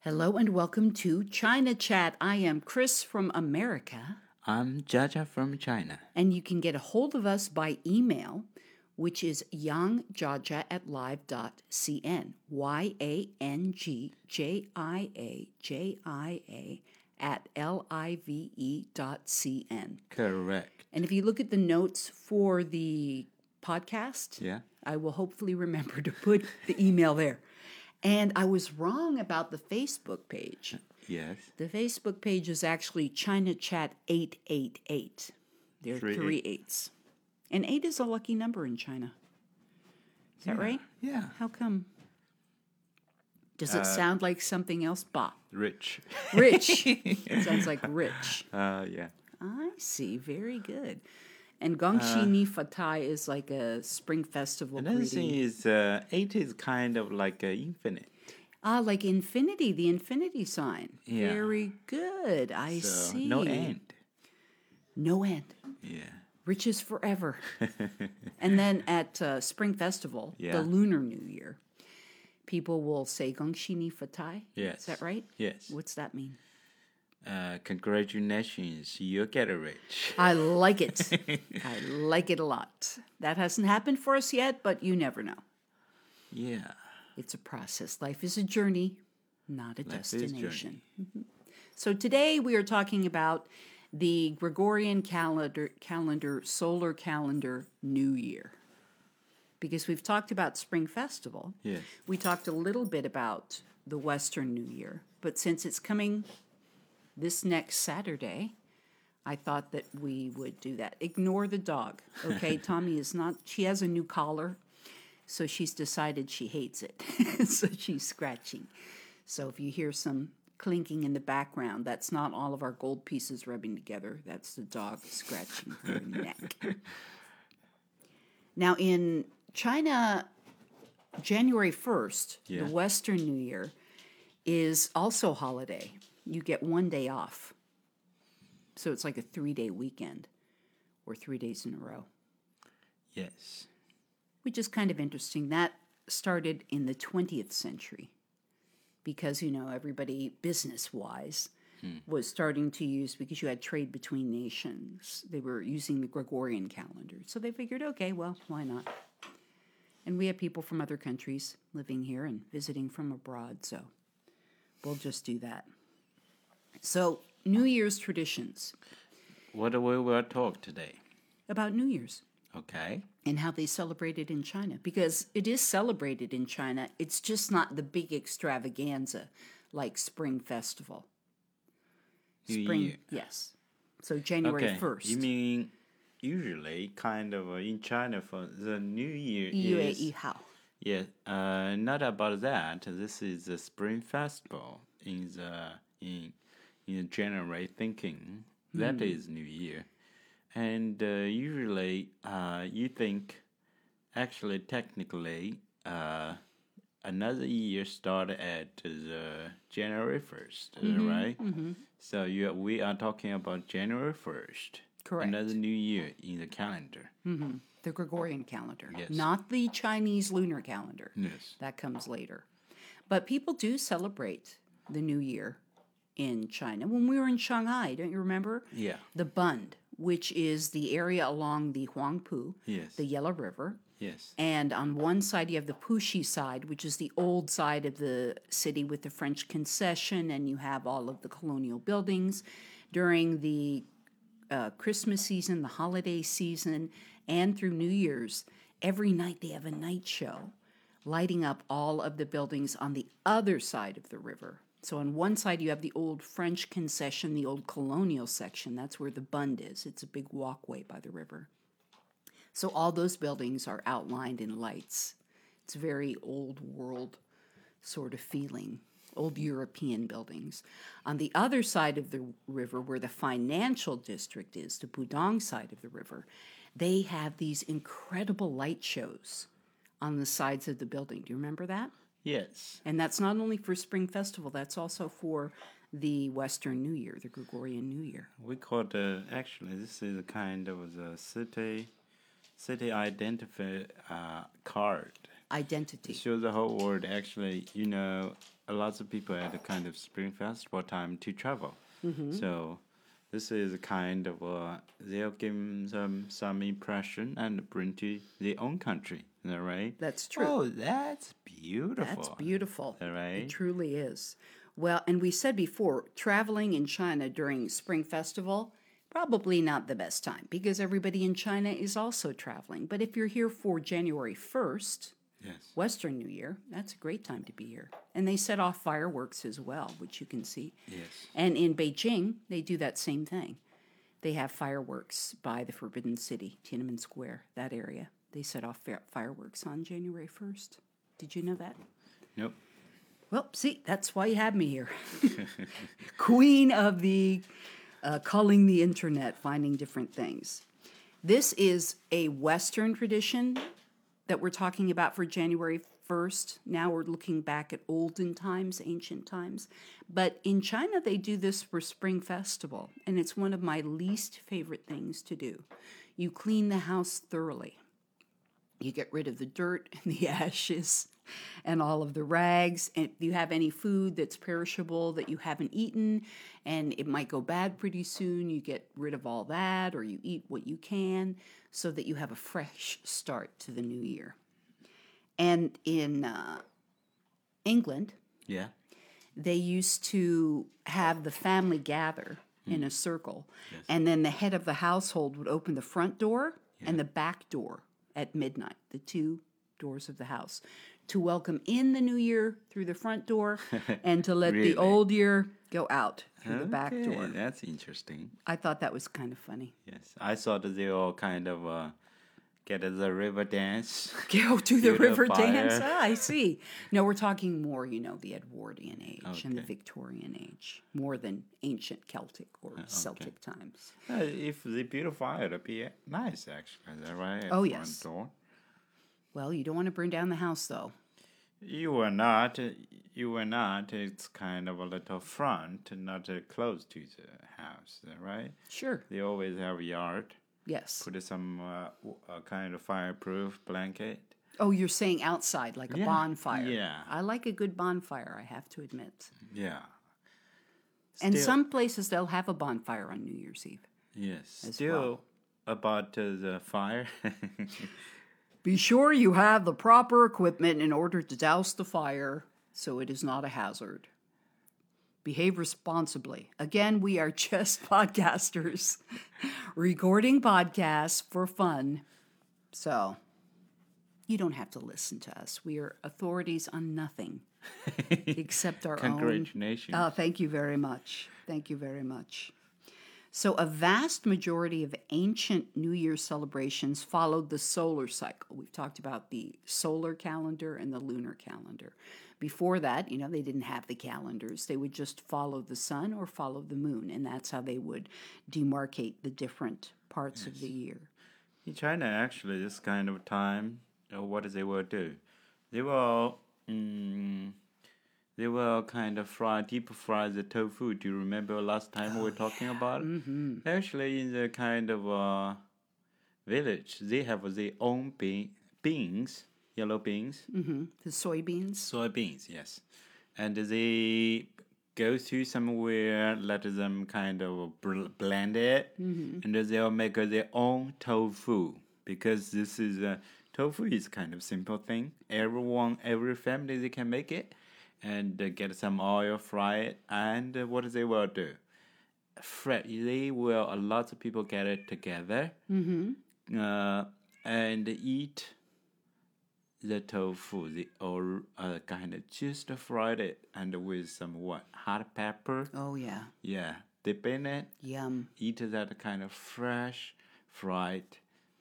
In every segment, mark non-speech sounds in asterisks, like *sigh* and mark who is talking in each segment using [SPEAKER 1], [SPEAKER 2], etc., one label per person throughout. [SPEAKER 1] Hello and welcome to China Chat. I am Chris from America,
[SPEAKER 2] I'm Jaja from China.
[SPEAKER 1] and you can get a hold of us by email, which is yangjaja at live.cn. Y A N G J I A J I A at L I V E dot C N.
[SPEAKER 2] Correct.
[SPEAKER 1] And if you look at the notes for the podcast,
[SPEAKER 2] Yeah.
[SPEAKER 1] I will hopefully remember to put the email there. And I was wrong about the Facebook page.
[SPEAKER 2] Yes.
[SPEAKER 1] The Facebook page is actually China Chat 888. There are
[SPEAKER 2] Three
[SPEAKER 1] three, eights. And eight is a lucky number in China. Is that right?
[SPEAKER 2] Yeah.
[SPEAKER 1] How come? Does it
[SPEAKER 2] Uh,
[SPEAKER 1] sound like something else?
[SPEAKER 2] *laughs*
[SPEAKER 1] Bah.
[SPEAKER 2] Rich.
[SPEAKER 1] Rich. Sounds like rich.
[SPEAKER 2] Uh, yeah.
[SPEAKER 1] I see. Very good. And Gongxi Ni Fatai is like a spring festival
[SPEAKER 2] Uh, Another
[SPEAKER 1] greeting.
[SPEAKER 2] thing is, uh, eight is kind of like uh, infinite.
[SPEAKER 1] Ah, like infinity, the infinity sign.
[SPEAKER 2] Yeah.
[SPEAKER 1] Very good. I
[SPEAKER 2] So
[SPEAKER 1] see.
[SPEAKER 2] no end.
[SPEAKER 1] No end.
[SPEAKER 2] Yeah.
[SPEAKER 1] riches
[SPEAKER 2] *laughs*
[SPEAKER 1] forever. and then at uh, Spring Festival,
[SPEAKER 2] Yeah.
[SPEAKER 1] the Lunar New Year, people will say Gongxi Ni Fatai.
[SPEAKER 2] Yes.
[SPEAKER 1] Is that right?
[SPEAKER 2] Yes.
[SPEAKER 1] What's that mean?
[SPEAKER 2] Uh, congratulations, you get rich.
[SPEAKER 1] I like
[SPEAKER 2] *laughs*
[SPEAKER 1] it. I like it a lot. That hasn't happened for us yet, but you never know.
[SPEAKER 2] Yeah.
[SPEAKER 1] It's a process. Life is a journey, not a
[SPEAKER 2] Life is
[SPEAKER 1] destination. Mm-hmm.
[SPEAKER 2] journey.
[SPEAKER 1] So today we are talking about the Gregorian calendar calendar solar calendar new year. Because we've talked about spring festival.
[SPEAKER 2] Yes.
[SPEAKER 1] We talked a little bit about the western new year, but since it's coming this next Saturday, I thought that we would do that. Ignore the dog. Okay, Tommy is not she has a new collar, so she's decided she hates it. *laughs* so she's scratching. So if you hear some clinking in the background, that's not all of our gold pieces rubbing together. That's the dog scratching her neck. Now in China, January 1st,
[SPEAKER 2] Yeah.
[SPEAKER 1] the Western New Year is also holiday. You get one day off. So it's like a 3-day weekend or 3 days in a row
[SPEAKER 2] Yes.
[SPEAKER 1] which is kind of interesting. That started in the 20th century because, you know, everybody business wise was starting to use, because you had trade between nations, they were using the Gregorian calendar. So they figured, okay, well, why not? And we have people from other countries living here and visiting from abroad, so we'll just do that. So, New Year's traditions
[SPEAKER 2] What we will talk today.
[SPEAKER 1] about New Year's.
[SPEAKER 2] Okay.
[SPEAKER 1] and how they celebrate it in China because it is celebrated in China. It's just not the big extravaganza like Spring Festival.
[SPEAKER 2] New
[SPEAKER 1] Spring,
[SPEAKER 2] Year.
[SPEAKER 1] yes. So January first,
[SPEAKER 2] You mean usually kind of uh, in China for the New Year is
[SPEAKER 1] EUA Hao.
[SPEAKER 2] Yeah, uh, not about that. This is the Spring Festival in the in in January thinking that
[SPEAKER 1] Hmm.
[SPEAKER 2] is New Year, and uh, usually uh, you think actually technically uh, another year started at the January 1st
[SPEAKER 1] Mm-hmm.
[SPEAKER 2] right? So you we are talking about January first.
[SPEAKER 1] Correct.
[SPEAKER 2] Another New Year in the calendar.
[SPEAKER 1] The Gregorian calendar,
[SPEAKER 2] Yes.
[SPEAKER 1] not the Chinese lunar calendar.
[SPEAKER 2] Yes.
[SPEAKER 1] That comes later. But people do celebrate the New Year in China. When we were in Shanghai, don't you remember?
[SPEAKER 2] Yeah.
[SPEAKER 1] The Bund, which is the area along the Huangpu,
[SPEAKER 2] Yes.
[SPEAKER 1] the Yellow River,
[SPEAKER 2] yes.
[SPEAKER 1] And on one side, you have the Puxi side, which is the old side of the city with the French concession, and you have all of the colonial buildings. During the uh, Christmas season, the holiday season, and through New Year's, every night they have a night show lighting up all of the buildings on the other side of the river. So on one side, you have the old French concession, the old colonial section. That's where the Bund is. It's a big walkway by the river. So all those buildings are outlined in lights. It's very old world sort of feeling, old European buildings. On the other side of the river, where the financial district is, the Pudong side of the river, they have these incredible light shows on the sides of the building. Do you remember that?
[SPEAKER 2] Yes.
[SPEAKER 1] And that's not only for Spring Festival, that's also for the Western New Year, the Gregorian New Year.
[SPEAKER 2] We call the actually this is a kind of the city city identify uh, card
[SPEAKER 1] identity.
[SPEAKER 2] show the whole world actually you know a lot of people at a kind of spring festival time to travel
[SPEAKER 1] Mm-hmm.
[SPEAKER 2] so this is a kind of uh, they'll give them some impression and bring to their own country is that right
[SPEAKER 1] That's true.
[SPEAKER 2] oh that's beautiful
[SPEAKER 1] That's beautiful.
[SPEAKER 2] All
[SPEAKER 1] It
[SPEAKER 2] right.
[SPEAKER 1] truly is. Well, and we said before, traveling in China during Spring Festival, probably not the best time because everybody in China is also traveling. But if you're here for January 1st,
[SPEAKER 2] yes
[SPEAKER 1] Western New Year, that's a great time to be here. And they set off fireworks as well, which you can see.
[SPEAKER 2] yes
[SPEAKER 1] And in Beijing, they do that same thing. They have fireworks by the Forbidden City, Tiananmen Square, that area. They set off fire- fireworks on January 1st. Did you know that?
[SPEAKER 2] nope
[SPEAKER 1] Well, see, that's why you have me here. Queen of the uh, culling the internet, finding different things. This is a Western tradition that we're talking about for January 1st. Now we're looking back at olden times, ancient times. But in China, they do this for Spring Festival, and it's one of my least favorite things to do. You clean the house thoroughly you get rid of the dirt and the *laughs* ashes and all of the rags and if you have any food that's perishable that you haven't eaten and it might go bad pretty soon you get rid of all that or you eat what you can so that you have a fresh start to the new year and in uh, england
[SPEAKER 2] yeah
[SPEAKER 1] they used to have the family gather
[SPEAKER 2] Hmm.
[SPEAKER 1] in a circle and then the head of the household would open the front door and the back door at midnight the two doors of the house to welcome in the new year through the front
[SPEAKER 2] *laughs*
[SPEAKER 1] door and to let
[SPEAKER 2] Really?
[SPEAKER 1] the old year go out through the back
[SPEAKER 2] Okay,
[SPEAKER 1] door
[SPEAKER 2] that's interesting
[SPEAKER 1] i thought that was kind of funny *laughs*
[SPEAKER 2] yes i thought they all kind of uh, get the river dance *laughs*
[SPEAKER 1] go to the river
[SPEAKER 2] Beautify
[SPEAKER 1] dance
[SPEAKER 2] *laughs* it.
[SPEAKER 1] ah, i see no we're talking more you know the edwardian age and the
[SPEAKER 2] Okay.
[SPEAKER 1] victorian age more than ancient celtic or celtic times
[SPEAKER 2] Uh, if they beautify it, it'd be nice, actually. Is that right?
[SPEAKER 1] Oh,
[SPEAKER 2] Front
[SPEAKER 1] yes.
[SPEAKER 2] Door.
[SPEAKER 1] Well, you don't want to burn down the house, though.
[SPEAKER 2] You were not. You were not. It's kind of a little front, not uh, close to the house, is that right?
[SPEAKER 1] Sure.
[SPEAKER 2] They always have a yard.
[SPEAKER 1] Yes.
[SPEAKER 2] Put some uh, w- a kind of fireproof blanket.
[SPEAKER 1] Oh, you're saying outside, like a
[SPEAKER 2] Yeah,
[SPEAKER 1] bonfire.
[SPEAKER 2] yeah.
[SPEAKER 1] I like a good bonfire, I have to admit.
[SPEAKER 2] Yeah.
[SPEAKER 1] And
[SPEAKER 2] Still-
[SPEAKER 1] some places they'll have a bonfire on New Year's Eve.
[SPEAKER 2] Yes.
[SPEAKER 1] as
[SPEAKER 2] Still about uh, the fire. *laughs*
[SPEAKER 1] Be sure you have the proper equipment in order to douse the fire so it is not a hazard. Behave responsibly. Again, we are just *laughs* podcasters recording podcasts for fun. So you don't have to listen to us. We are authorities on nothing except our own
[SPEAKER 2] Congratulations.
[SPEAKER 1] Oh, thank you very much. Thank you very much. So, a vast majority of ancient New Year celebrations followed the solar cycle. We've talked about the solar calendar and the lunar calendar. Before that, you know, they didn't have the calendars. They would just follow the sun or follow the moon, and that's how they would demarcate the different parts of the year.
[SPEAKER 2] In China, actually, this kind of time, uh, what they will do, they will, mm, they will kind of fry, deep fry the tofu. Do you remember last time we were talking about? Mm-hmm. Actually, in the kind of uh, village, they have their own bean, beans, yellow beans,
[SPEAKER 1] The soybeans?
[SPEAKER 2] soybeans, yes, and they go to somewhere, let them kind of bl- blend it, and then they'll make their own tofu because this is a tofu is kind of simple thing. Everyone, every family, they can make it, and uh, get some oil, fry it, and uh, what they will do. Fred, they will a lot of people get it together uh, and eat the tofu, the or uh, kind of just fried it and with some what hot pepper,
[SPEAKER 1] Oh, yeah.
[SPEAKER 2] yeah, dip in it,
[SPEAKER 1] Yum.
[SPEAKER 2] eat that kind of fresh fried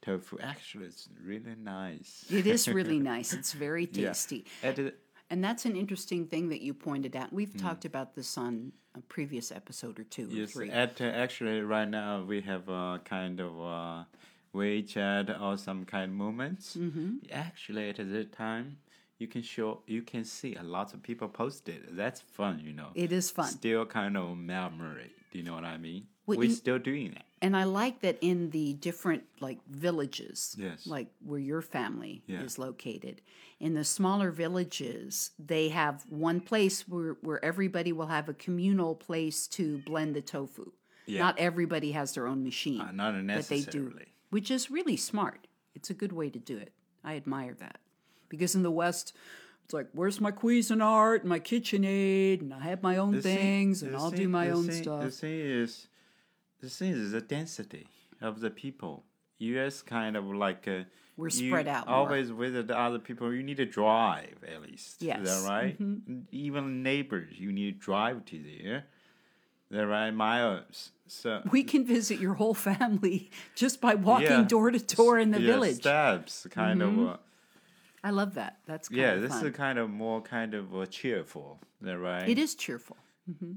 [SPEAKER 2] tofu. Actually, it's really nice.
[SPEAKER 1] It is *laughs* really nice. It's very
[SPEAKER 2] Yeah.
[SPEAKER 1] tasty.
[SPEAKER 2] It is-
[SPEAKER 1] And that's an interesting thing that you pointed out. We've talked about this on a previous episode or two or
[SPEAKER 2] Hmm. Yes,
[SPEAKER 1] three.
[SPEAKER 2] at uh, actually right now we have a kind of uh, WeChat or some kind of moments. Mm-hmm. Actually, at the time, you can show you can see a lot of people posted. That's fun, you know.
[SPEAKER 1] It is fun.
[SPEAKER 2] Still kind of memory. Do you know what I mean?
[SPEAKER 1] Well,
[SPEAKER 2] We're
[SPEAKER 1] in-
[SPEAKER 2] still doing that.
[SPEAKER 1] And I like that in the different like villages,
[SPEAKER 2] Yes.
[SPEAKER 1] like where your family
[SPEAKER 2] Yeah.
[SPEAKER 1] is located, in the smaller villages, they have one place where, where everybody will have a communal place to blend the tofu.
[SPEAKER 2] Yeah.
[SPEAKER 1] Not everybody has their own machine,
[SPEAKER 2] Uh, not
[SPEAKER 1] but they do,
[SPEAKER 2] necessarily.
[SPEAKER 1] which is really smart. It's a good way to do it. I admire that because in the West. It's like, where's my Cuisinart and my KitchenAid, and I have my own
[SPEAKER 2] The thing-
[SPEAKER 1] things, and
[SPEAKER 2] the
[SPEAKER 1] I'll do
[SPEAKER 2] thing-
[SPEAKER 1] my
[SPEAKER 2] the
[SPEAKER 1] own
[SPEAKER 2] thing-
[SPEAKER 1] stuff.
[SPEAKER 2] The thing is, the thing is the density of the people. U.S. kind of like uh
[SPEAKER 1] We're
[SPEAKER 2] you
[SPEAKER 1] spread out more.
[SPEAKER 2] Always with the other people, you need to drive at least. Is
[SPEAKER 1] Yes. Mm-hmm.
[SPEAKER 2] that right? N- Even neighbors, you need to drive to there. They're right uh, miles. So
[SPEAKER 1] we can visit your whole *laughs* family just by walking
[SPEAKER 2] Yeah.
[SPEAKER 1] door to door in the
[SPEAKER 2] yeah,
[SPEAKER 1] village.
[SPEAKER 2] steps kind of. Uh,
[SPEAKER 1] I love that. That's kind
[SPEAKER 2] yeah,
[SPEAKER 1] of
[SPEAKER 2] this
[SPEAKER 1] fun.
[SPEAKER 2] is kind of more kind of uh, cheerful. Is that right?
[SPEAKER 1] It is cheerful. hmm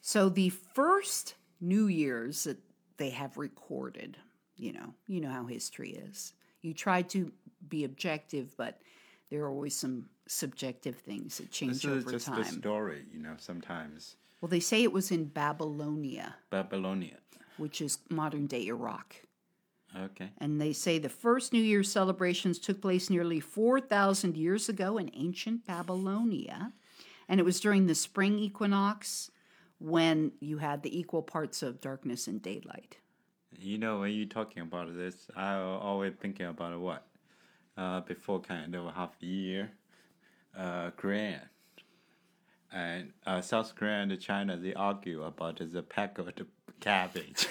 [SPEAKER 1] So the first New Year's that they have recorded, you know, you know how history is. You try to be objective, but there are always some subjective things that change
[SPEAKER 2] This is
[SPEAKER 1] over
[SPEAKER 2] just
[SPEAKER 1] time.
[SPEAKER 2] the story, you know. Sometimes
[SPEAKER 1] Well, they say it was in Babylonia,
[SPEAKER 2] Babylonia.
[SPEAKER 1] which is modern day Iraq.
[SPEAKER 2] Okay.
[SPEAKER 1] And they say the first New Year's celebrations took place nearly 4,000 years ago in ancient Babylonia. And it was during the spring equinox when you had the equal parts of darkness and daylight.
[SPEAKER 2] You know, when you're talking about this, I always thinking about what? Uh, before kind of half a year, uh, Korean and uh, South Korea and China, they argue about the pickled cabbage.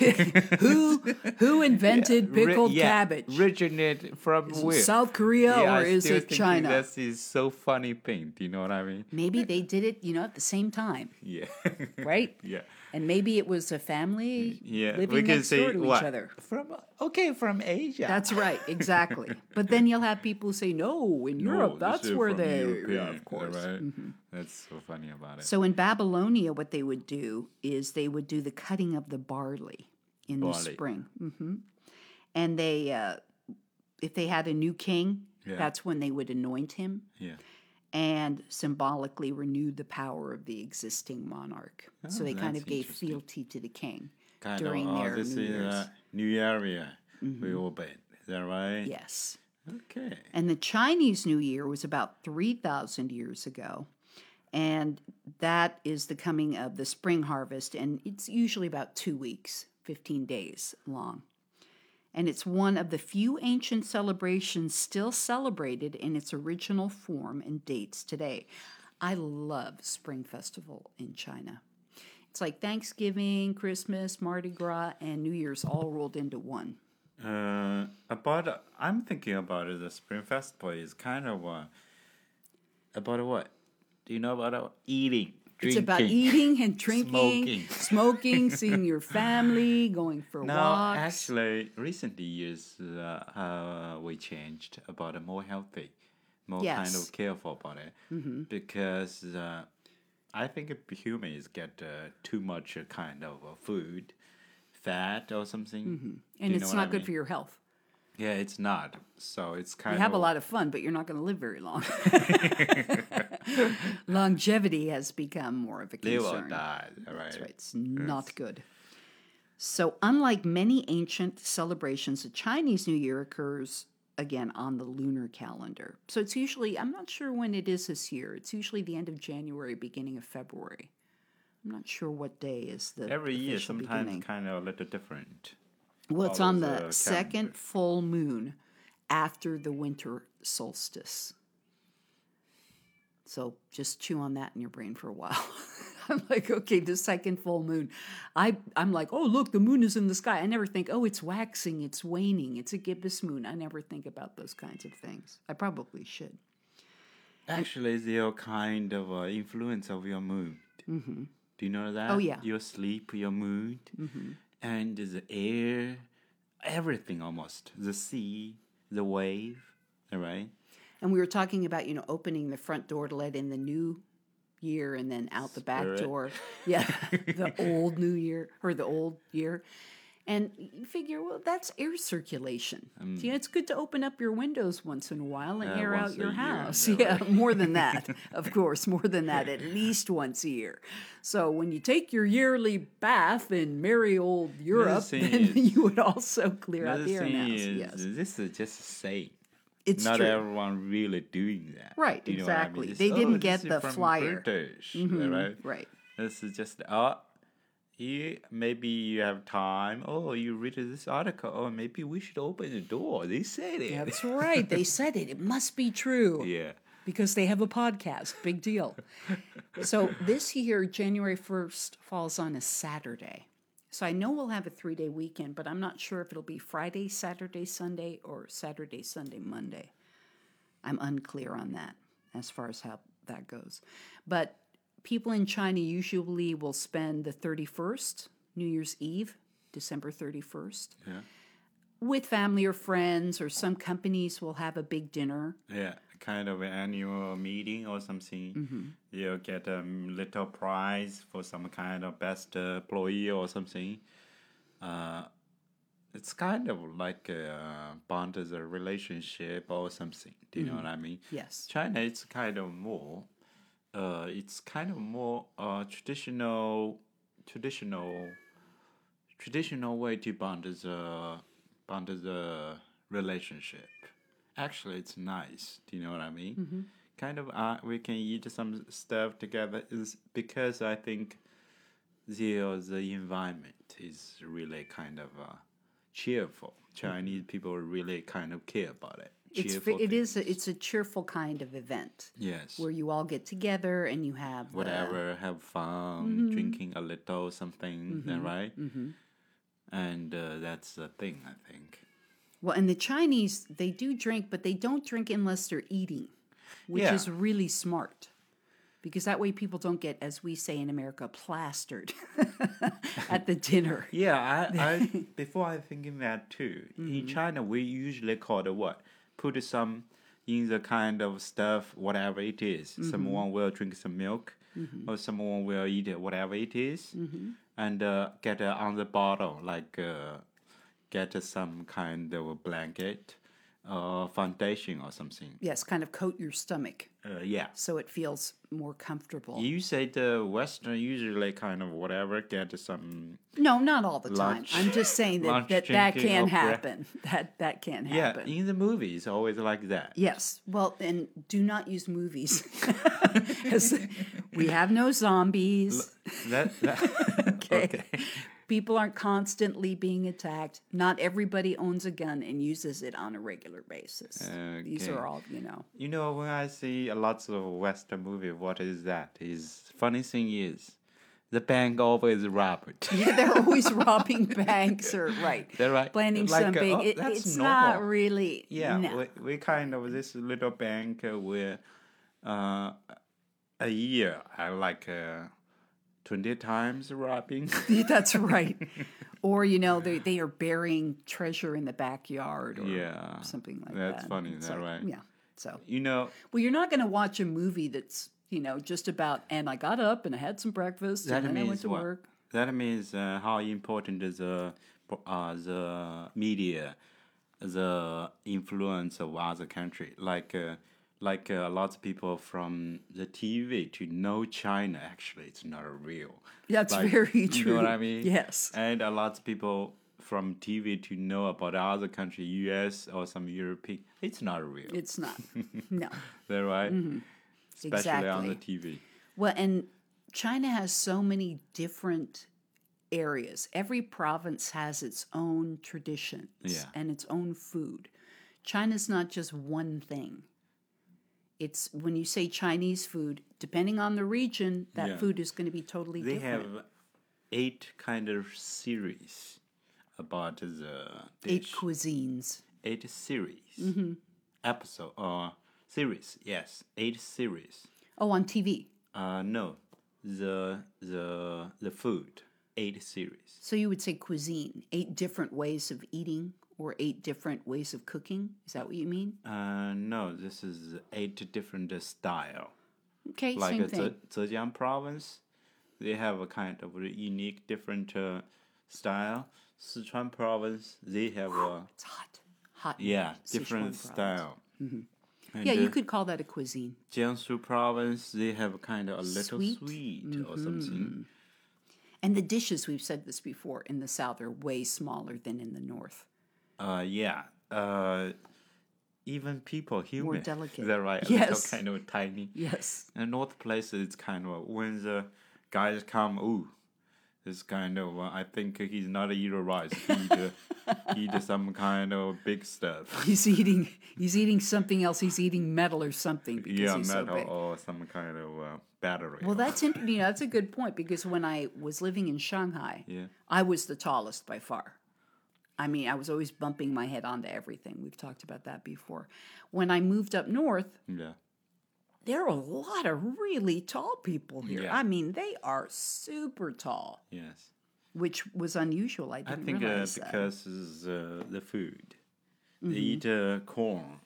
[SPEAKER 1] Who,
[SPEAKER 2] *laughs*
[SPEAKER 1] who invented
[SPEAKER 2] Ri-
[SPEAKER 1] *laughs* pickled
[SPEAKER 2] yeah,
[SPEAKER 1] cabbage?
[SPEAKER 2] Originate from where?
[SPEAKER 1] South Korea
[SPEAKER 2] Yeah, I
[SPEAKER 1] or is
[SPEAKER 2] still
[SPEAKER 1] it
[SPEAKER 2] thinking
[SPEAKER 1] China?
[SPEAKER 2] This is so funny thing. Do you know what I mean? *laughs*
[SPEAKER 1] Maybe they did it, you know, at the same time,
[SPEAKER 2] Yeah. *laughs*
[SPEAKER 1] right?
[SPEAKER 2] yeah.
[SPEAKER 1] And maybe it was a family
[SPEAKER 2] Yeah.
[SPEAKER 1] living
[SPEAKER 2] we can
[SPEAKER 1] next door
[SPEAKER 2] say
[SPEAKER 1] to
[SPEAKER 2] what?
[SPEAKER 1] each other.
[SPEAKER 2] From okay, from Asia.
[SPEAKER 1] That's right, exactly. but then you'll have people who say, no, in
[SPEAKER 2] No,
[SPEAKER 1] Europe,
[SPEAKER 2] this
[SPEAKER 1] that's
[SPEAKER 2] is
[SPEAKER 1] where
[SPEAKER 2] from
[SPEAKER 1] they.
[SPEAKER 2] European,
[SPEAKER 1] yeah, of course. Mm-hmm.
[SPEAKER 2] right? That's so funny about it.
[SPEAKER 1] So in Babylonia, what they would do is they would do the cutting of the barley in the
[SPEAKER 2] Barley.
[SPEAKER 1] spring, hmm and they, uh, if they had a new king,
[SPEAKER 2] Yeah.
[SPEAKER 1] that's when they would anoint him
[SPEAKER 2] yeah.
[SPEAKER 1] and symbolically renew the power of the existing monarch. so
[SPEAKER 2] Oh,
[SPEAKER 1] they kind
[SPEAKER 2] that's
[SPEAKER 1] of gave
[SPEAKER 2] interesting.
[SPEAKER 1] fealty to the king
[SPEAKER 2] Kind
[SPEAKER 1] during
[SPEAKER 2] of, oh,
[SPEAKER 1] their
[SPEAKER 2] this
[SPEAKER 1] New
[SPEAKER 2] is
[SPEAKER 1] Year's. Mm-hmm.
[SPEAKER 2] a new area we open. Is that right?
[SPEAKER 1] Yes.
[SPEAKER 2] Okay.
[SPEAKER 1] And the Chinese New Year was about 3,000 years ago. And that is the coming of the spring harvest. And it's usually about two weeks, 15 days long. And it's one of the few ancient celebrations still celebrated in its original form and dates today. I love Spring Festival in China. It's like Thanksgiving, Christmas, Mardi Gras, and New Year's all rolled into one.
[SPEAKER 2] Uh, about I'm thinking about it, the spring festival is kind of uh, about what? Do you know about uh, eating?
[SPEAKER 1] It's
[SPEAKER 2] Drinking.
[SPEAKER 1] about eating
[SPEAKER 2] *laughs*
[SPEAKER 1] and drinking, smoking,
[SPEAKER 2] Smoking.
[SPEAKER 1] seeing
[SPEAKER 2] *laughs*
[SPEAKER 1] your family, going for
[SPEAKER 2] Now,
[SPEAKER 1] walks.
[SPEAKER 2] actually, recent years uh, uh, we changed about a more healthy, more kind
[SPEAKER 1] Yes. Mm-hmm.
[SPEAKER 2] of careful about it because uh, I think if humans get uh, too much uh, kind of uh, food, fat or something,
[SPEAKER 1] Mm-hmm. and it's not good for your health.
[SPEAKER 2] you. know what I mean? Yeah, it's not. So it's kind
[SPEAKER 1] You have
[SPEAKER 2] of
[SPEAKER 1] a lot of fun, but you're not going to live very
[SPEAKER 2] *laughs*
[SPEAKER 1] long. *laughs* Longevity has become more of a
[SPEAKER 2] live or
[SPEAKER 1] concern.
[SPEAKER 2] die, right?
[SPEAKER 1] That's right. It's not good. So, unlike many ancient celebrations, the Chinese New Year occurs again on the lunar calendar. So, it's usually, I'm not sure when it is this year. It's usually the end of January, beginning of February. I'm not sure what day is the
[SPEAKER 2] Every year,
[SPEAKER 1] official
[SPEAKER 2] sometimes
[SPEAKER 1] beginning.
[SPEAKER 2] kind of a little different.
[SPEAKER 1] Well, it's on
[SPEAKER 2] follows, uh,
[SPEAKER 1] the
[SPEAKER 2] calendar.
[SPEAKER 1] second full moon after the winter solstice. So just chew on that in your brain for a while. *laughs* I'm like, okay, the second full moon. I I'm like, oh look, the moon is in the sky. I never think, oh, it's waxing, it's waning, it's a gibbous moon. I never think about those kinds of things. I probably should.
[SPEAKER 2] Actually, they are kind of uh, influence of your mood. Mm-hmm. Do you know that?
[SPEAKER 1] Oh, yeah. Mm-hmm.
[SPEAKER 2] Your sleep, your mood, and the air, everything almost. The sea, the wave, all right?
[SPEAKER 1] And we were talking about, you know, opening the front door to let in the new year and
[SPEAKER 2] *laughs*
[SPEAKER 1] then out the back
[SPEAKER 2] Spirit.
[SPEAKER 1] door. Yeah, the old new year or the old year. And you figure, well, that's air circulation. So, yeah, it's good to open up your windows once in a while and
[SPEAKER 2] Uh,
[SPEAKER 1] air
[SPEAKER 2] Um, once
[SPEAKER 1] out
[SPEAKER 2] a
[SPEAKER 1] your
[SPEAKER 2] year,
[SPEAKER 1] house.
[SPEAKER 2] yeah,
[SPEAKER 1] Yeah, more than that,
[SPEAKER 2] *laughs*
[SPEAKER 1] of course, more than that, at least once a year. So when you take your yearly bath in merry old Europe, *laughs*
[SPEAKER 2] thing
[SPEAKER 1] then
[SPEAKER 2] is-
[SPEAKER 1] you would also clear out
[SPEAKER 2] Another
[SPEAKER 1] the air
[SPEAKER 2] thing
[SPEAKER 1] mass.
[SPEAKER 2] is,
[SPEAKER 1] Yes,
[SPEAKER 2] this is just a saying.
[SPEAKER 1] it's
[SPEAKER 2] Not
[SPEAKER 1] true.
[SPEAKER 2] everyone really doing that.
[SPEAKER 1] Right,
[SPEAKER 2] Do you know what I mean?
[SPEAKER 1] exactly.
[SPEAKER 2] It's,
[SPEAKER 1] They didn't
[SPEAKER 2] "Oh,
[SPEAKER 1] get
[SPEAKER 2] this is
[SPEAKER 1] the
[SPEAKER 2] from
[SPEAKER 1] flyer."
[SPEAKER 2] British,
[SPEAKER 1] Mhm,
[SPEAKER 2] right?
[SPEAKER 1] right.
[SPEAKER 2] This is just oh, you maybe you have time. Oh, you read this article. Oh, maybe we should open the door. They said it.
[SPEAKER 1] That's right. They said it. It must be true.
[SPEAKER 2] yeah.
[SPEAKER 1] because they have a podcast. Big deal. so this year, January 1st falls on a Saturday. So I know we'll have a three day weekend, but I'm not sure if it'll be Friday, Saturday, Sunday, or Saturday, Sunday, Monday. I'm unclear on that as far as how that goes. But people in China usually will spend the 31st, New Year's Eve, December 31st,
[SPEAKER 2] Yeah.
[SPEAKER 1] with family or friends, or some companies will have a big dinner.
[SPEAKER 2] Yeah, kind of an annual meeting or something. You'll get a little prize for some kind of best uh, employee or something. Uh, it's kind of like uh, bond as a relationship or something. Do you know what I mean?
[SPEAKER 1] Yes.
[SPEAKER 2] China, it's kind of more. Uh, it's kind of more uh, traditional, traditional, traditional way to bond the bond the relationship. Actually, it's nice. Do you know what I mean?
[SPEAKER 1] Mm-hmm.
[SPEAKER 2] Kind of, uh, we can eat some stuff together is because I think the uh, the environment is really kind of uh, cheerful. Chinese people really kind of care about it.
[SPEAKER 1] Mm-hmm. it's
[SPEAKER 2] Cheerful
[SPEAKER 1] it is
[SPEAKER 2] things.
[SPEAKER 1] a, it's a cheerful kind of event
[SPEAKER 2] Yes.
[SPEAKER 1] where you all get together and you have uh,
[SPEAKER 2] Whatever, have fun, drinking a little something, then right? Mm-hmm. And uh, that's the thing, I think.
[SPEAKER 1] well, and the Chinese they do drink, but they don't drink unless they're eating, which
[SPEAKER 2] Yeah.
[SPEAKER 1] is really smart. Because that way people don't get, as we say in America, plastered *laughs* at
[SPEAKER 2] *laughs*
[SPEAKER 1] the dinner.
[SPEAKER 2] Yeah, I, *laughs* I before I thinking that too. In China, we usually call it what? Put some in the kind of stuff, whatever it is. Someone will drink some milk, or someone will eat whatever it is, and uh, get uh, on the bottle like uh, get some kind of a blanket, uh, foundation or something.
[SPEAKER 1] Yes, kind of coat your stomach
[SPEAKER 2] Uh, yeah.
[SPEAKER 1] so it feels more comfortable.
[SPEAKER 2] You say the Western usually kind of whatever get some
[SPEAKER 1] no, not all the
[SPEAKER 2] Lunch-
[SPEAKER 1] time. I'm just saying that
[SPEAKER 2] lunch
[SPEAKER 1] that, that
[SPEAKER 2] drinking
[SPEAKER 1] can
[SPEAKER 2] of bre-
[SPEAKER 1] happen. *laughs* That that can
[SPEAKER 2] yeah
[SPEAKER 1] happen.
[SPEAKER 2] in the movies always like that.
[SPEAKER 1] Yes. Well, and do not use movies. *laughs* 'Cause we have no zombies.
[SPEAKER 2] That,
[SPEAKER 1] *laughs*
[SPEAKER 2] that *laughs*
[SPEAKER 1] Okay. People aren't constantly being attacked. Not everybody owns a gun and uses it on a regular basis. These
[SPEAKER 2] Okay.
[SPEAKER 1] are all, you know. *laughs*
[SPEAKER 2] you know when I see a lots of Western movie, what is that? Is funny thing is, the bank always robbed.
[SPEAKER 1] Yeah, they're always robbing *laughs* banks or right.
[SPEAKER 2] They're right.
[SPEAKER 1] Planning
[SPEAKER 2] Like, uh,
[SPEAKER 1] something.
[SPEAKER 2] oh,
[SPEAKER 1] It-
[SPEAKER 2] that's
[SPEAKER 1] it's not
[SPEAKER 2] normal.
[SPEAKER 1] really.
[SPEAKER 2] *laughs* yeah,
[SPEAKER 1] no.
[SPEAKER 2] we, we kind of this little bank uh, where uh, a year I like uh, twenty times robbing. *laughs*
[SPEAKER 1] Yeah, *laughs* That's right. or you know they they are burying treasure in the backyard or
[SPEAKER 2] Yeah,
[SPEAKER 1] something like that.
[SPEAKER 2] that's funny,
[SPEAKER 1] It's
[SPEAKER 2] that
[SPEAKER 1] like-
[SPEAKER 2] right?
[SPEAKER 1] Yeah. So
[SPEAKER 2] you know
[SPEAKER 1] Well, you're not going to watch a movie that's you know just about and I got up and I had some breakfast
[SPEAKER 2] That
[SPEAKER 1] and then I went
[SPEAKER 2] means
[SPEAKER 1] to
[SPEAKER 2] what?
[SPEAKER 1] work.
[SPEAKER 2] That means uh, how important is the uh, the media, the influence of other country. Like uh, like uh, lots of people from the TV to know China. Actually, it's not real.
[SPEAKER 1] That's
[SPEAKER 2] Like,
[SPEAKER 1] very
[SPEAKER 2] You know
[SPEAKER 1] true.
[SPEAKER 2] what I mean?
[SPEAKER 1] Yes.
[SPEAKER 2] And a lot of people from TV to know about other country, U.S. or some European. It's not real.
[SPEAKER 1] It's not.
[SPEAKER 2] *laughs*
[SPEAKER 1] No,
[SPEAKER 2] that right? Especially on
[SPEAKER 1] Mm-hmm. exactly.
[SPEAKER 2] the TV.
[SPEAKER 1] Well, and China has so many different areas. Every province has its own traditions
[SPEAKER 2] Yeah.
[SPEAKER 1] and its own food. China's not just one thing. It's when you say Chinese food, depending on the region, that
[SPEAKER 2] Yeah.
[SPEAKER 1] food is going to be totally
[SPEAKER 2] they
[SPEAKER 1] different.
[SPEAKER 2] have eight kind of series about the
[SPEAKER 1] eight Mm-hmm.
[SPEAKER 2] dish.
[SPEAKER 1] cuisines.
[SPEAKER 2] Eight, series episode or series. Yes, eight series.
[SPEAKER 1] Oh, on TV.
[SPEAKER 2] Uh, no, the the the food eight series.
[SPEAKER 1] So you would say cuisine, eight different ways of eating or eight different ways of cooking? Is that what you mean?
[SPEAKER 2] Uh, no, this is eight different uh, style.
[SPEAKER 1] Okay,
[SPEAKER 2] Like
[SPEAKER 1] same
[SPEAKER 2] uh,
[SPEAKER 1] thing.
[SPEAKER 2] Ze- Zhejiang province, they have a kind of a unique different uh, style. Sichuan province, they have a
[SPEAKER 1] It's hot, hot. in
[SPEAKER 2] yeah
[SPEAKER 1] Sichuan
[SPEAKER 2] different
[SPEAKER 1] province. Mm-hmm.
[SPEAKER 2] style. And
[SPEAKER 1] Yeah, you
[SPEAKER 2] uh,
[SPEAKER 1] could call that a cuisine.
[SPEAKER 2] Jiangsu province, they have kind of a little
[SPEAKER 1] Sweet? Mm-hmm.
[SPEAKER 2] sweet, or something.
[SPEAKER 1] And the dishes, we've said this before, in the south are way smaller than in the north.
[SPEAKER 2] Uh, yeah. Uh, even people, *laughs* humans,
[SPEAKER 1] delicate.
[SPEAKER 2] they're right. a
[SPEAKER 1] Yes.
[SPEAKER 2] little kind of tiny.
[SPEAKER 1] Yes.
[SPEAKER 2] And North Place is kind of when the guys come, ooh, this kind of, uh, I think he's not a eater rice.
[SPEAKER 1] *laughs*
[SPEAKER 2] He eat, uh, eat some kind of big
[SPEAKER 1] *laughs*
[SPEAKER 2] stuff.
[SPEAKER 1] He's eating he's eating something else. He's eating metal or something because
[SPEAKER 2] Yeah,
[SPEAKER 1] he's so
[SPEAKER 2] metal
[SPEAKER 1] big.
[SPEAKER 2] or some kind of uh, battery.
[SPEAKER 1] Well, that's in, you know that's a good point because when I was living in Shanghai,
[SPEAKER 2] Yeah.
[SPEAKER 1] I was the tallest by far. I mean, I was always bumping my head onto everything. We've talked about that before. When I moved up north,
[SPEAKER 2] Yeah.
[SPEAKER 1] there are a lot of really tall people here.
[SPEAKER 2] Yeah.
[SPEAKER 1] I mean, they are super tall,
[SPEAKER 2] Yes.
[SPEAKER 1] which was unusual. I
[SPEAKER 2] I
[SPEAKER 1] didn't
[SPEAKER 2] think uh,
[SPEAKER 1] realize that.
[SPEAKER 2] because it's, uh, the food, they
[SPEAKER 1] Mm-hmm.
[SPEAKER 2] eat uh, corn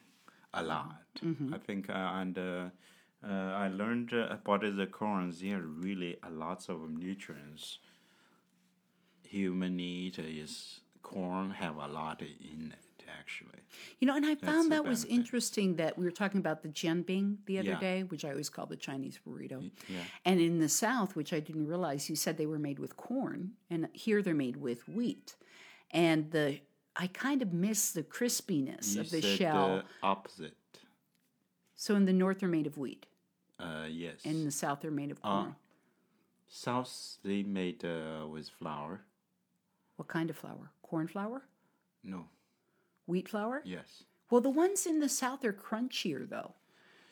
[SPEAKER 2] a lot. I think, uh, and uh, uh, I learned uh, about the corn. There are really a lots of nutrients. Human eat is corn have a lot in it actually.
[SPEAKER 1] You know, and I found
[SPEAKER 2] the
[SPEAKER 1] that was
[SPEAKER 2] benefit.
[SPEAKER 1] interesting that we were talking about the jianbing the other
[SPEAKER 2] Yeah.
[SPEAKER 1] day, which I always call the Chinese burrito.
[SPEAKER 2] yeah.
[SPEAKER 1] And in the South, which I didn't realize, you said they were made with corn, and here they're made with wheat. And the I kind of miss the crispiness
[SPEAKER 2] You
[SPEAKER 1] of the
[SPEAKER 2] said uh,
[SPEAKER 1] shell.
[SPEAKER 2] the opposite.
[SPEAKER 1] so in the North, they're made of wheat.
[SPEAKER 2] Uh, yes.
[SPEAKER 1] In the South, they're made of
[SPEAKER 2] uh.
[SPEAKER 1] corn.
[SPEAKER 2] South they made uh, with flour.
[SPEAKER 1] what kind of flour? Corn flour?
[SPEAKER 2] No.
[SPEAKER 1] Wheat flour?
[SPEAKER 2] Yes.
[SPEAKER 1] Well, the ones in the South are crunchier, though.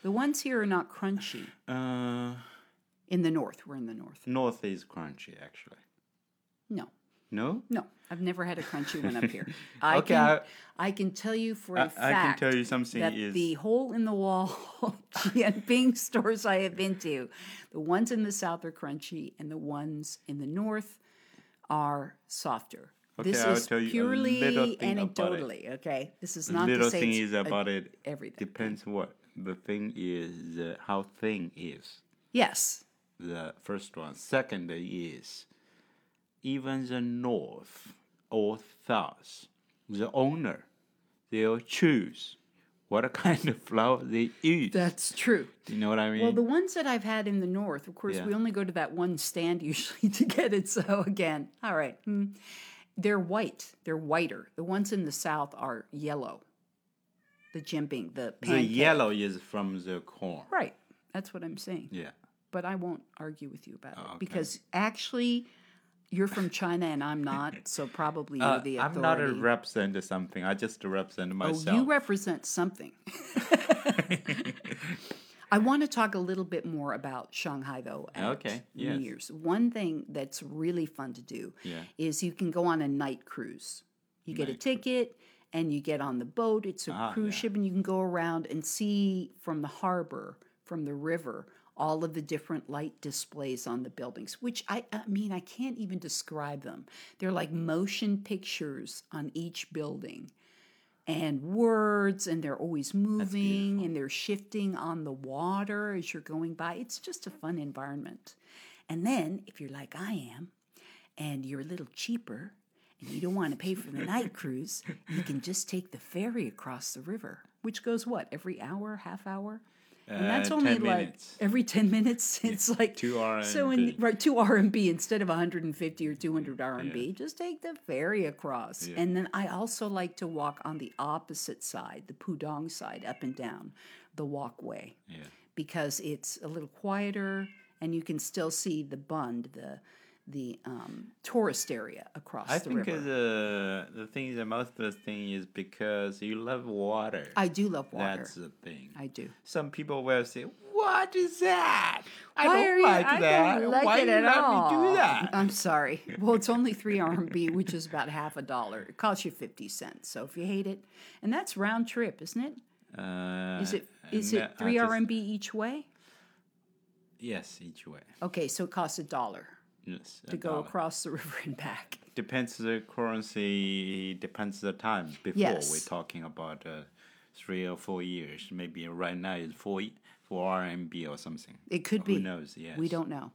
[SPEAKER 1] The ones here are not crunchy.
[SPEAKER 2] Uh,
[SPEAKER 1] In the North, we're in the North.
[SPEAKER 2] north is crunchy actually.
[SPEAKER 1] No,
[SPEAKER 2] No.
[SPEAKER 1] No, I've never had a crunchy one up
[SPEAKER 2] *laughs*
[SPEAKER 1] here. I
[SPEAKER 2] Okay,
[SPEAKER 1] can,
[SPEAKER 2] I-
[SPEAKER 1] I, can tell you for
[SPEAKER 2] I-
[SPEAKER 1] a
[SPEAKER 2] I can
[SPEAKER 1] fact
[SPEAKER 2] tell you something
[SPEAKER 1] that
[SPEAKER 2] is-
[SPEAKER 1] the hole in the wall *laughs* Bing stores I have been to, the ones in the south are crunchy, and the ones in the north are softer.
[SPEAKER 2] Okay,
[SPEAKER 1] this
[SPEAKER 2] I'll
[SPEAKER 1] is
[SPEAKER 2] tell you a
[SPEAKER 1] purely
[SPEAKER 2] little thing about it.
[SPEAKER 1] anecdotally. Okay, this is not
[SPEAKER 2] little
[SPEAKER 1] to say
[SPEAKER 2] thing
[SPEAKER 1] it's
[SPEAKER 2] is
[SPEAKER 1] a-
[SPEAKER 2] about it.
[SPEAKER 1] everything.
[SPEAKER 2] Depends what the thing is, uh, how thing is.
[SPEAKER 1] Yes,
[SPEAKER 2] The first one. Second is, even the north or south, the owner, they'll choose what *laughs* kind of flour they use.
[SPEAKER 1] that's true.
[SPEAKER 2] you know what I mean?
[SPEAKER 1] Well, the ones that I've had in the north, of course,
[SPEAKER 2] Mm. Yeah.
[SPEAKER 1] we only go to that one stand *laughs* usually to get it. So again, all right, hmm. they're white. They're whiter. The ones in the south are yellow. The jimping, the
[SPEAKER 2] The
[SPEAKER 1] pancake.
[SPEAKER 2] yellow is from the corn.
[SPEAKER 1] Right. That's what I'm saying.
[SPEAKER 2] Yeah. Oh,
[SPEAKER 1] But I won't argue with you about it because actually, you're from China and I'm not, so probably you're the
[SPEAKER 2] Uh, I'm
[SPEAKER 1] authority. Oh,
[SPEAKER 2] not a represent something. I just represent myself.
[SPEAKER 1] You represent
[SPEAKER 2] *laughs*
[SPEAKER 1] something. *laughs* I want to talk a little bit more about Shanghai though. At
[SPEAKER 2] Okay,
[SPEAKER 1] New
[SPEAKER 2] yes.
[SPEAKER 1] Year's. One thing that's really fun to do
[SPEAKER 2] Yeah.
[SPEAKER 1] is you can go on a night cruise. You get a ticket and you get on the boat. It's a cruise ship and you can go around and see from the harbor, from the river, all of the different light displays on the buildings, which I, I mean, I can't even describe them. They're like motion pictures on each building and words and they're always moving and they're shifting on the water as you're going by it's just a fun environment and then if you're like i am and you're a little cheaper and you don't want to pay for the night cruise you can just take the ferry across the river which goes what every hour half hour and that's
[SPEAKER 2] Uh,
[SPEAKER 1] only
[SPEAKER 2] 10
[SPEAKER 1] like
[SPEAKER 2] minutes.
[SPEAKER 1] every 10 minutes it's like
[SPEAKER 2] two
[SPEAKER 1] so in,
[SPEAKER 2] RMB.
[SPEAKER 1] right two rmb instead of 150 or 200 rmb just take the ferry across and then i also like to walk on the opposite side the pudong side up and down the walkway
[SPEAKER 2] Yeah.
[SPEAKER 1] because it's a little quieter and you can still see the bund the the um, tourist area across
[SPEAKER 2] I
[SPEAKER 1] the
[SPEAKER 2] think
[SPEAKER 1] river
[SPEAKER 2] the the thing the most of the thing is because you love water.
[SPEAKER 1] i do love water
[SPEAKER 2] That's the thing.
[SPEAKER 1] i do
[SPEAKER 2] Some people will say, "What is that? I
[SPEAKER 1] Why
[SPEAKER 2] don't
[SPEAKER 1] are you-
[SPEAKER 2] like
[SPEAKER 1] I
[SPEAKER 2] that.
[SPEAKER 1] don't like
[SPEAKER 2] Why
[SPEAKER 1] it
[SPEAKER 2] you
[SPEAKER 1] at
[SPEAKER 2] let me
[SPEAKER 1] all."
[SPEAKER 2] do that?"
[SPEAKER 1] I'm sorry. Well, it's only three RMB, which is about half a dollar. It costs you fifty cents. So if you hate it, and that's round trip, isn't it?
[SPEAKER 2] Uh,
[SPEAKER 1] Is it is
[SPEAKER 2] no,
[SPEAKER 1] it
[SPEAKER 2] I
[SPEAKER 1] three
[SPEAKER 2] just-
[SPEAKER 1] RMB each way?
[SPEAKER 2] Yes, each way.
[SPEAKER 1] Okay, so it costs a dollar
[SPEAKER 2] Yes,
[SPEAKER 1] to go across the *laughs* river and back.
[SPEAKER 2] Depends the currency. Depends the time. Before
[SPEAKER 1] Yes.
[SPEAKER 2] we're talking about uh, three or four years. Maybe right now is four four RMB or something.
[SPEAKER 1] It could
[SPEAKER 2] Who
[SPEAKER 1] be.
[SPEAKER 2] knows? Yes.
[SPEAKER 1] We don't know.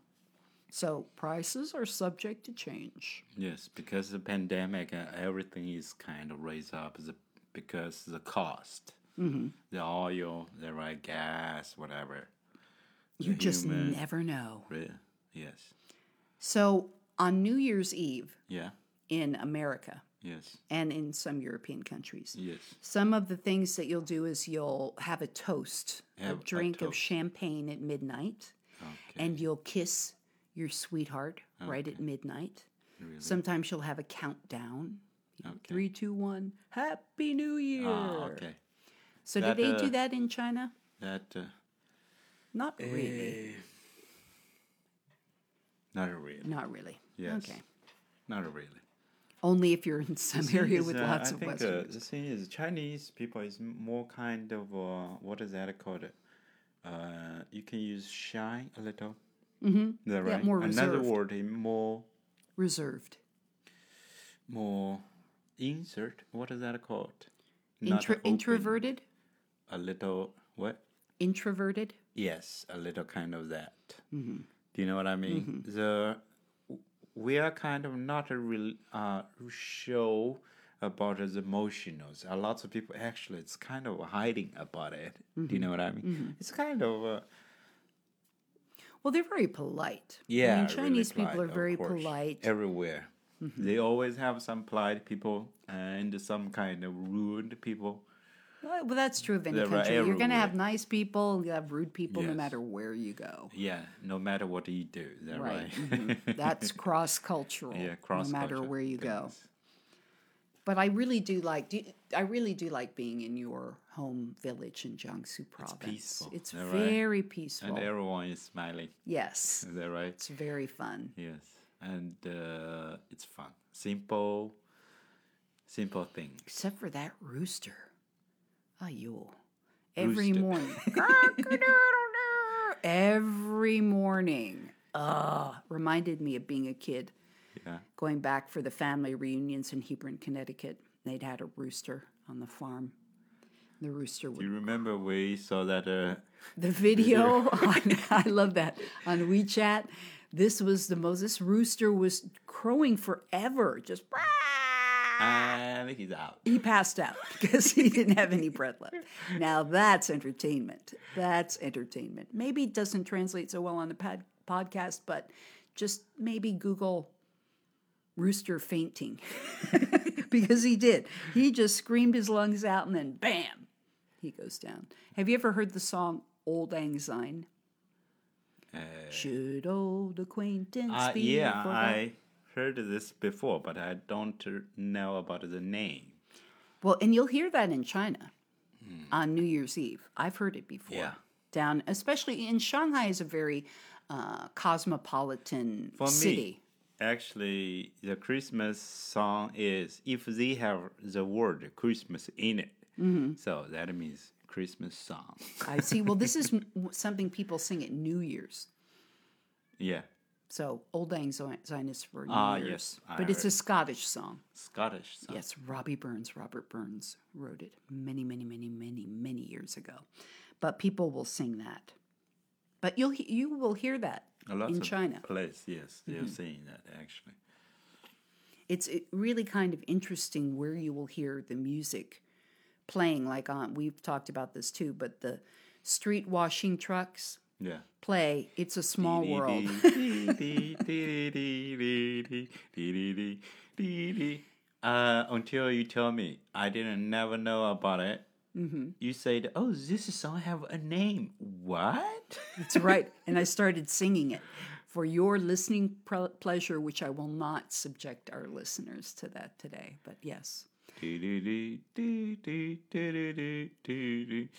[SPEAKER 1] So prices are subject to change.
[SPEAKER 2] Yes, because the pandemic, uh, everything is kind of raised up the, because the cost,
[SPEAKER 1] Mm-hmm.
[SPEAKER 2] the oil, the right gas, whatever.
[SPEAKER 1] You just
[SPEAKER 2] human-
[SPEAKER 1] never know.
[SPEAKER 2] Re- Yes.
[SPEAKER 1] So on New Year's Eve
[SPEAKER 2] Yeah.
[SPEAKER 1] in America
[SPEAKER 2] Yes.
[SPEAKER 1] and in some European countries,
[SPEAKER 2] Yes.
[SPEAKER 1] some of the things that you'll do is you'll have a toast,
[SPEAKER 2] Have
[SPEAKER 1] a
[SPEAKER 2] a
[SPEAKER 1] drink of
[SPEAKER 2] toast.
[SPEAKER 1] champagne at midnight,
[SPEAKER 2] Okay.
[SPEAKER 1] and you'll kiss your sweetheart right at midnight.
[SPEAKER 2] Really?
[SPEAKER 1] Sometimes you'll have a countdown. you know,
[SPEAKER 2] Okay.
[SPEAKER 1] Three, two, one. Happy New Year.
[SPEAKER 2] ah, okay.
[SPEAKER 1] So
[SPEAKER 2] That,
[SPEAKER 1] do they do
[SPEAKER 2] uh,
[SPEAKER 1] that in China?
[SPEAKER 2] That uh,
[SPEAKER 1] Not really.
[SPEAKER 2] eh, not really.
[SPEAKER 1] Not really.
[SPEAKER 2] Yes.
[SPEAKER 1] Okay.
[SPEAKER 2] Not really.
[SPEAKER 1] Only if you're in some area
[SPEAKER 2] is,
[SPEAKER 1] with
[SPEAKER 2] uh,
[SPEAKER 1] lots
[SPEAKER 2] I
[SPEAKER 1] of
[SPEAKER 2] think,
[SPEAKER 1] Western.
[SPEAKER 2] Uh, the thing is, Chinese people is m- more kind of uh, what is that called? Uh, you can use shy a little. Mm-hmm. Is that
[SPEAKER 1] Yeah,
[SPEAKER 2] right?
[SPEAKER 1] more
[SPEAKER 2] Another
[SPEAKER 1] reserved.
[SPEAKER 2] word, is more
[SPEAKER 1] reserved.
[SPEAKER 2] more insert. What is that called? Not
[SPEAKER 1] Intra-
[SPEAKER 2] open,
[SPEAKER 1] introverted?
[SPEAKER 2] A little what?
[SPEAKER 1] Introverted?
[SPEAKER 2] Yes, a little kind of that.
[SPEAKER 1] Mm-hmm.
[SPEAKER 2] Do you know what I mean? The w- we are kind of not a real uh, show about the emotions. A lot of people actually it's kind of hiding about it. Do
[SPEAKER 1] Mm-hmm.
[SPEAKER 2] you know what I mean? It's kind of uh,
[SPEAKER 1] Well, they're very polite.
[SPEAKER 2] yeah.
[SPEAKER 1] I mean,
[SPEAKER 2] really
[SPEAKER 1] Chinese
[SPEAKER 2] polite,
[SPEAKER 1] people are
[SPEAKER 2] of
[SPEAKER 1] very
[SPEAKER 2] course,
[SPEAKER 1] polite. Mm-hmm.
[SPEAKER 2] everywhere. They always have some polite people and some kind of rude people.
[SPEAKER 1] well, well, that's true of any
[SPEAKER 2] They're
[SPEAKER 1] country. You're going to have
[SPEAKER 2] everywhere.
[SPEAKER 1] nice people, you have rude people no
[SPEAKER 2] Yes.
[SPEAKER 1] matter where you
[SPEAKER 2] *laughs*
[SPEAKER 1] go.
[SPEAKER 2] Yeah, no matter what you do, is that
[SPEAKER 1] Right,
[SPEAKER 2] right?
[SPEAKER 1] That's cross cultural.
[SPEAKER 2] *laughs* yeah, cross.
[SPEAKER 1] No matter
[SPEAKER 2] culture
[SPEAKER 1] where you go.
[SPEAKER 2] things.
[SPEAKER 1] But I really do like do, I really do like being in your home village in Jiangsu province.
[SPEAKER 2] peaceful,
[SPEAKER 1] It's
[SPEAKER 2] all right.
[SPEAKER 1] very peaceful.
[SPEAKER 2] and everyone is smiling.
[SPEAKER 1] yes.
[SPEAKER 2] Is that right?
[SPEAKER 1] It's very fun.
[SPEAKER 2] Yes, and uh, it's fun. Simple, simple things.
[SPEAKER 1] Except for that rooster. Ah, you. Every
[SPEAKER 2] Rooster. *laughs*
[SPEAKER 1] morning. Cock-a-doodle-doo. Every morning. Ugh. Reminded me of being a kid
[SPEAKER 2] Yeah,
[SPEAKER 1] going back for the family reunions in Hebron, Connecticut. They'd had a rooster on the farm. The rooster would
[SPEAKER 2] you remember we saw that uh,
[SPEAKER 1] the video *laughs* on, I love that on WeChat. This was the most this rooster was crowing forever, just
[SPEAKER 2] and he's out.
[SPEAKER 1] he passed out *laughs* because he didn't have any breath left. Now that's entertainment. That's entertainment. Maybe it doesn't translate so well on the pod- podcast, but just maybe Google rooster fainting *laughs* because he did. He just screamed his lungs out and then bam, he goes down. Have you ever heard the song Old Lang Syne?
[SPEAKER 2] Uh,
[SPEAKER 1] Should old acquaintance
[SPEAKER 2] uh,
[SPEAKER 1] be
[SPEAKER 2] yeah,
[SPEAKER 1] forgot?
[SPEAKER 2] I heard this before, but I don't uh, know about the name.
[SPEAKER 1] Well, and you'll hear that in China on New Year's Eve. I've heard it before.
[SPEAKER 2] Hmm. Yeah.
[SPEAKER 1] Down, especially in Shanghai, is a very uh, cosmopolitan
[SPEAKER 2] For me,
[SPEAKER 1] city.
[SPEAKER 2] actually, the Christmas song is if they have the word Christmas in it, so that means Christmas song.
[SPEAKER 1] I see. Well, this
[SPEAKER 2] *laughs*
[SPEAKER 1] is m- something people sing at New Year's.
[SPEAKER 2] yeah,
[SPEAKER 1] So Old Lang Syne Syne is for New
[SPEAKER 2] Ah,
[SPEAKER 1] Year's,
[SPEAKER 2] yes, I
[SPEAKER 1] but it's a
[SPEAKER 2] heard. Ah.
[SPEAKER 1] Scottish song.
[SPEAKER 2] Scottish song.
[SPEAKER 1] Yes, Robbie Burns, Robert Burns wrote it many, many, many, many, many years ago. But people will sing that. But you'll he- you will hear that
[SPEAKER 2] A lot
[SPEAKER 1] in
[SPEAKER 2] of
[SPEAKER 1] China. Mm-hmm.
[SPEAKER 2] place, yes, they're saying that actually.
[SPEAKER 1] it's it- really kind of interesting where you will hear the music playing like on we've talked about this too but the street washing trucks
[SPEAKER 2] Yeah.
[SPEAKER 1] play it's a small world *laughs*
[SPEAKER 2] uh, until you tell me, I didn't never know about it. Mm-hmm. You said, "Oh, this song have a name."
[SPEAKER 1] *laughs*
[SPEAKER 2] What?
[SPEAKER 1] that's right and i started singing it for your listening pre- pleasure which i will not subject our listeners to that today but yes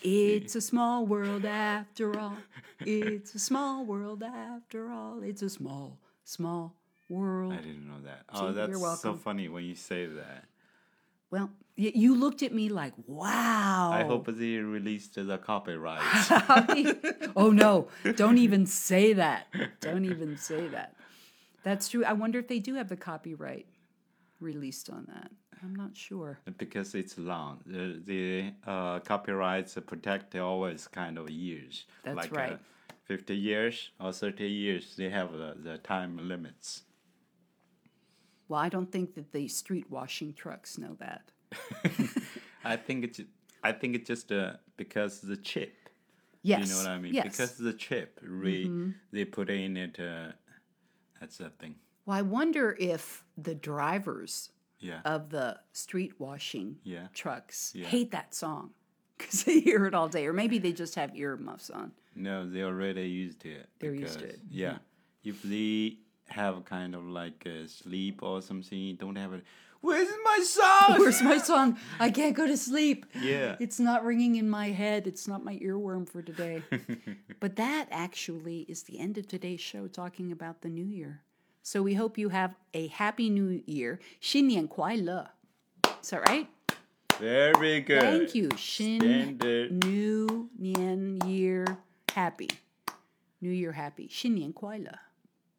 [SPEAKER 1] it's a small world after all it's a small world after all it's a small small world
[SPEAKER 2] I didn't know that. Oh,
[SPEAKER 1] you're
[SPEAKER 2] that's so
[SPEAKER 1] welcome.
[SPEAKER 2] funny when you say that.
[SPEAKER 1] Well, y- you looked at me like, wow.
[SPEAKER 2] I hope they released the copyright.
[SPEAKER 1] *laughs* oh no, don't even say that. Don't even say that. That's true. I wonder if they do have the copyright released on that. I'm not sure.
[SPEAKER 2] because it's long. The, the uh, copyrights protect always kind of years.
[SPEAKER 1] That's
[SPEAKER 2] like
[SPEAKER 1] right.
[SPEAKER 2] uh, 50 years or 30 years, they have the, the time limits.
[SPEAKER 1] Well, I don't think that the street washing trucks know that.
[SPEAKER 2] I think it's I think it's just uh, because the chip.
[SPEAKER 1] Yes.
[SPEAKER 2] You know what I mean?
[SPEAKER 1] Yes. Mm-hmm.
[SPEAKER 2] Because the chip, re, they put in it. Uh, that's the thing.
[SPEAKER 1] well, I wonder if the drivers
[SPEAKER 2] Yeah.
[SPEAKER 1] of the street washing
[SPEAKER 2] Yeah.
[SPEAKER 1] trucks
[SPEAKER 2] Yeah.
[SPEAKER 1] hate that song because they hear it all day, or maybe they just have earmuffs on.
[SPEAKER 2] No, they already used it.
[SPEAKER 1] They're used to it. Mm-hmm.
[SPEAKER 2] Yeah. If they have kind of like a sleep or something, don't have it. Where's my song?
[SPEAKER 1] Where's my song? I can't go to sleep.
[SPEAKER 2] Yeah.
[SPEAKER 1] It's not ringing in my head. It's not my earworm for
[SPEAKER 2] *laughs*
[SPEAKER 1] today. but that actually is the end of today's show talking about the new year. So we hope you have a happy new year. 新年快乐. Is that right?
[SPEAKER 2] Very good.
[SPEAKER 1] Thank you. 新
[SPEAKER 2] Standard.
[SPEAKER 1] new 年 year happy. New year happy. 新年快乐.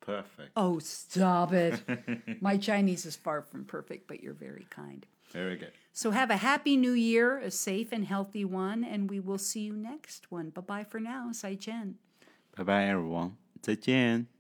[SPEAKER 2] Perfect.
[SPEAKER 1] Oh, stop
[SPEAKER 2] *laughs*
[SPEAKER 1] it. my Chinese is far from perfect, but you're very kind.
[SPEAKER 2] Very good.
[SPEAKER 1] So have a happy new year, a safe and healthy one, and we will see you next one. Bye bye for now. Sai Chen.
[SPEAKER 2] Bye bye, everyone. 再见.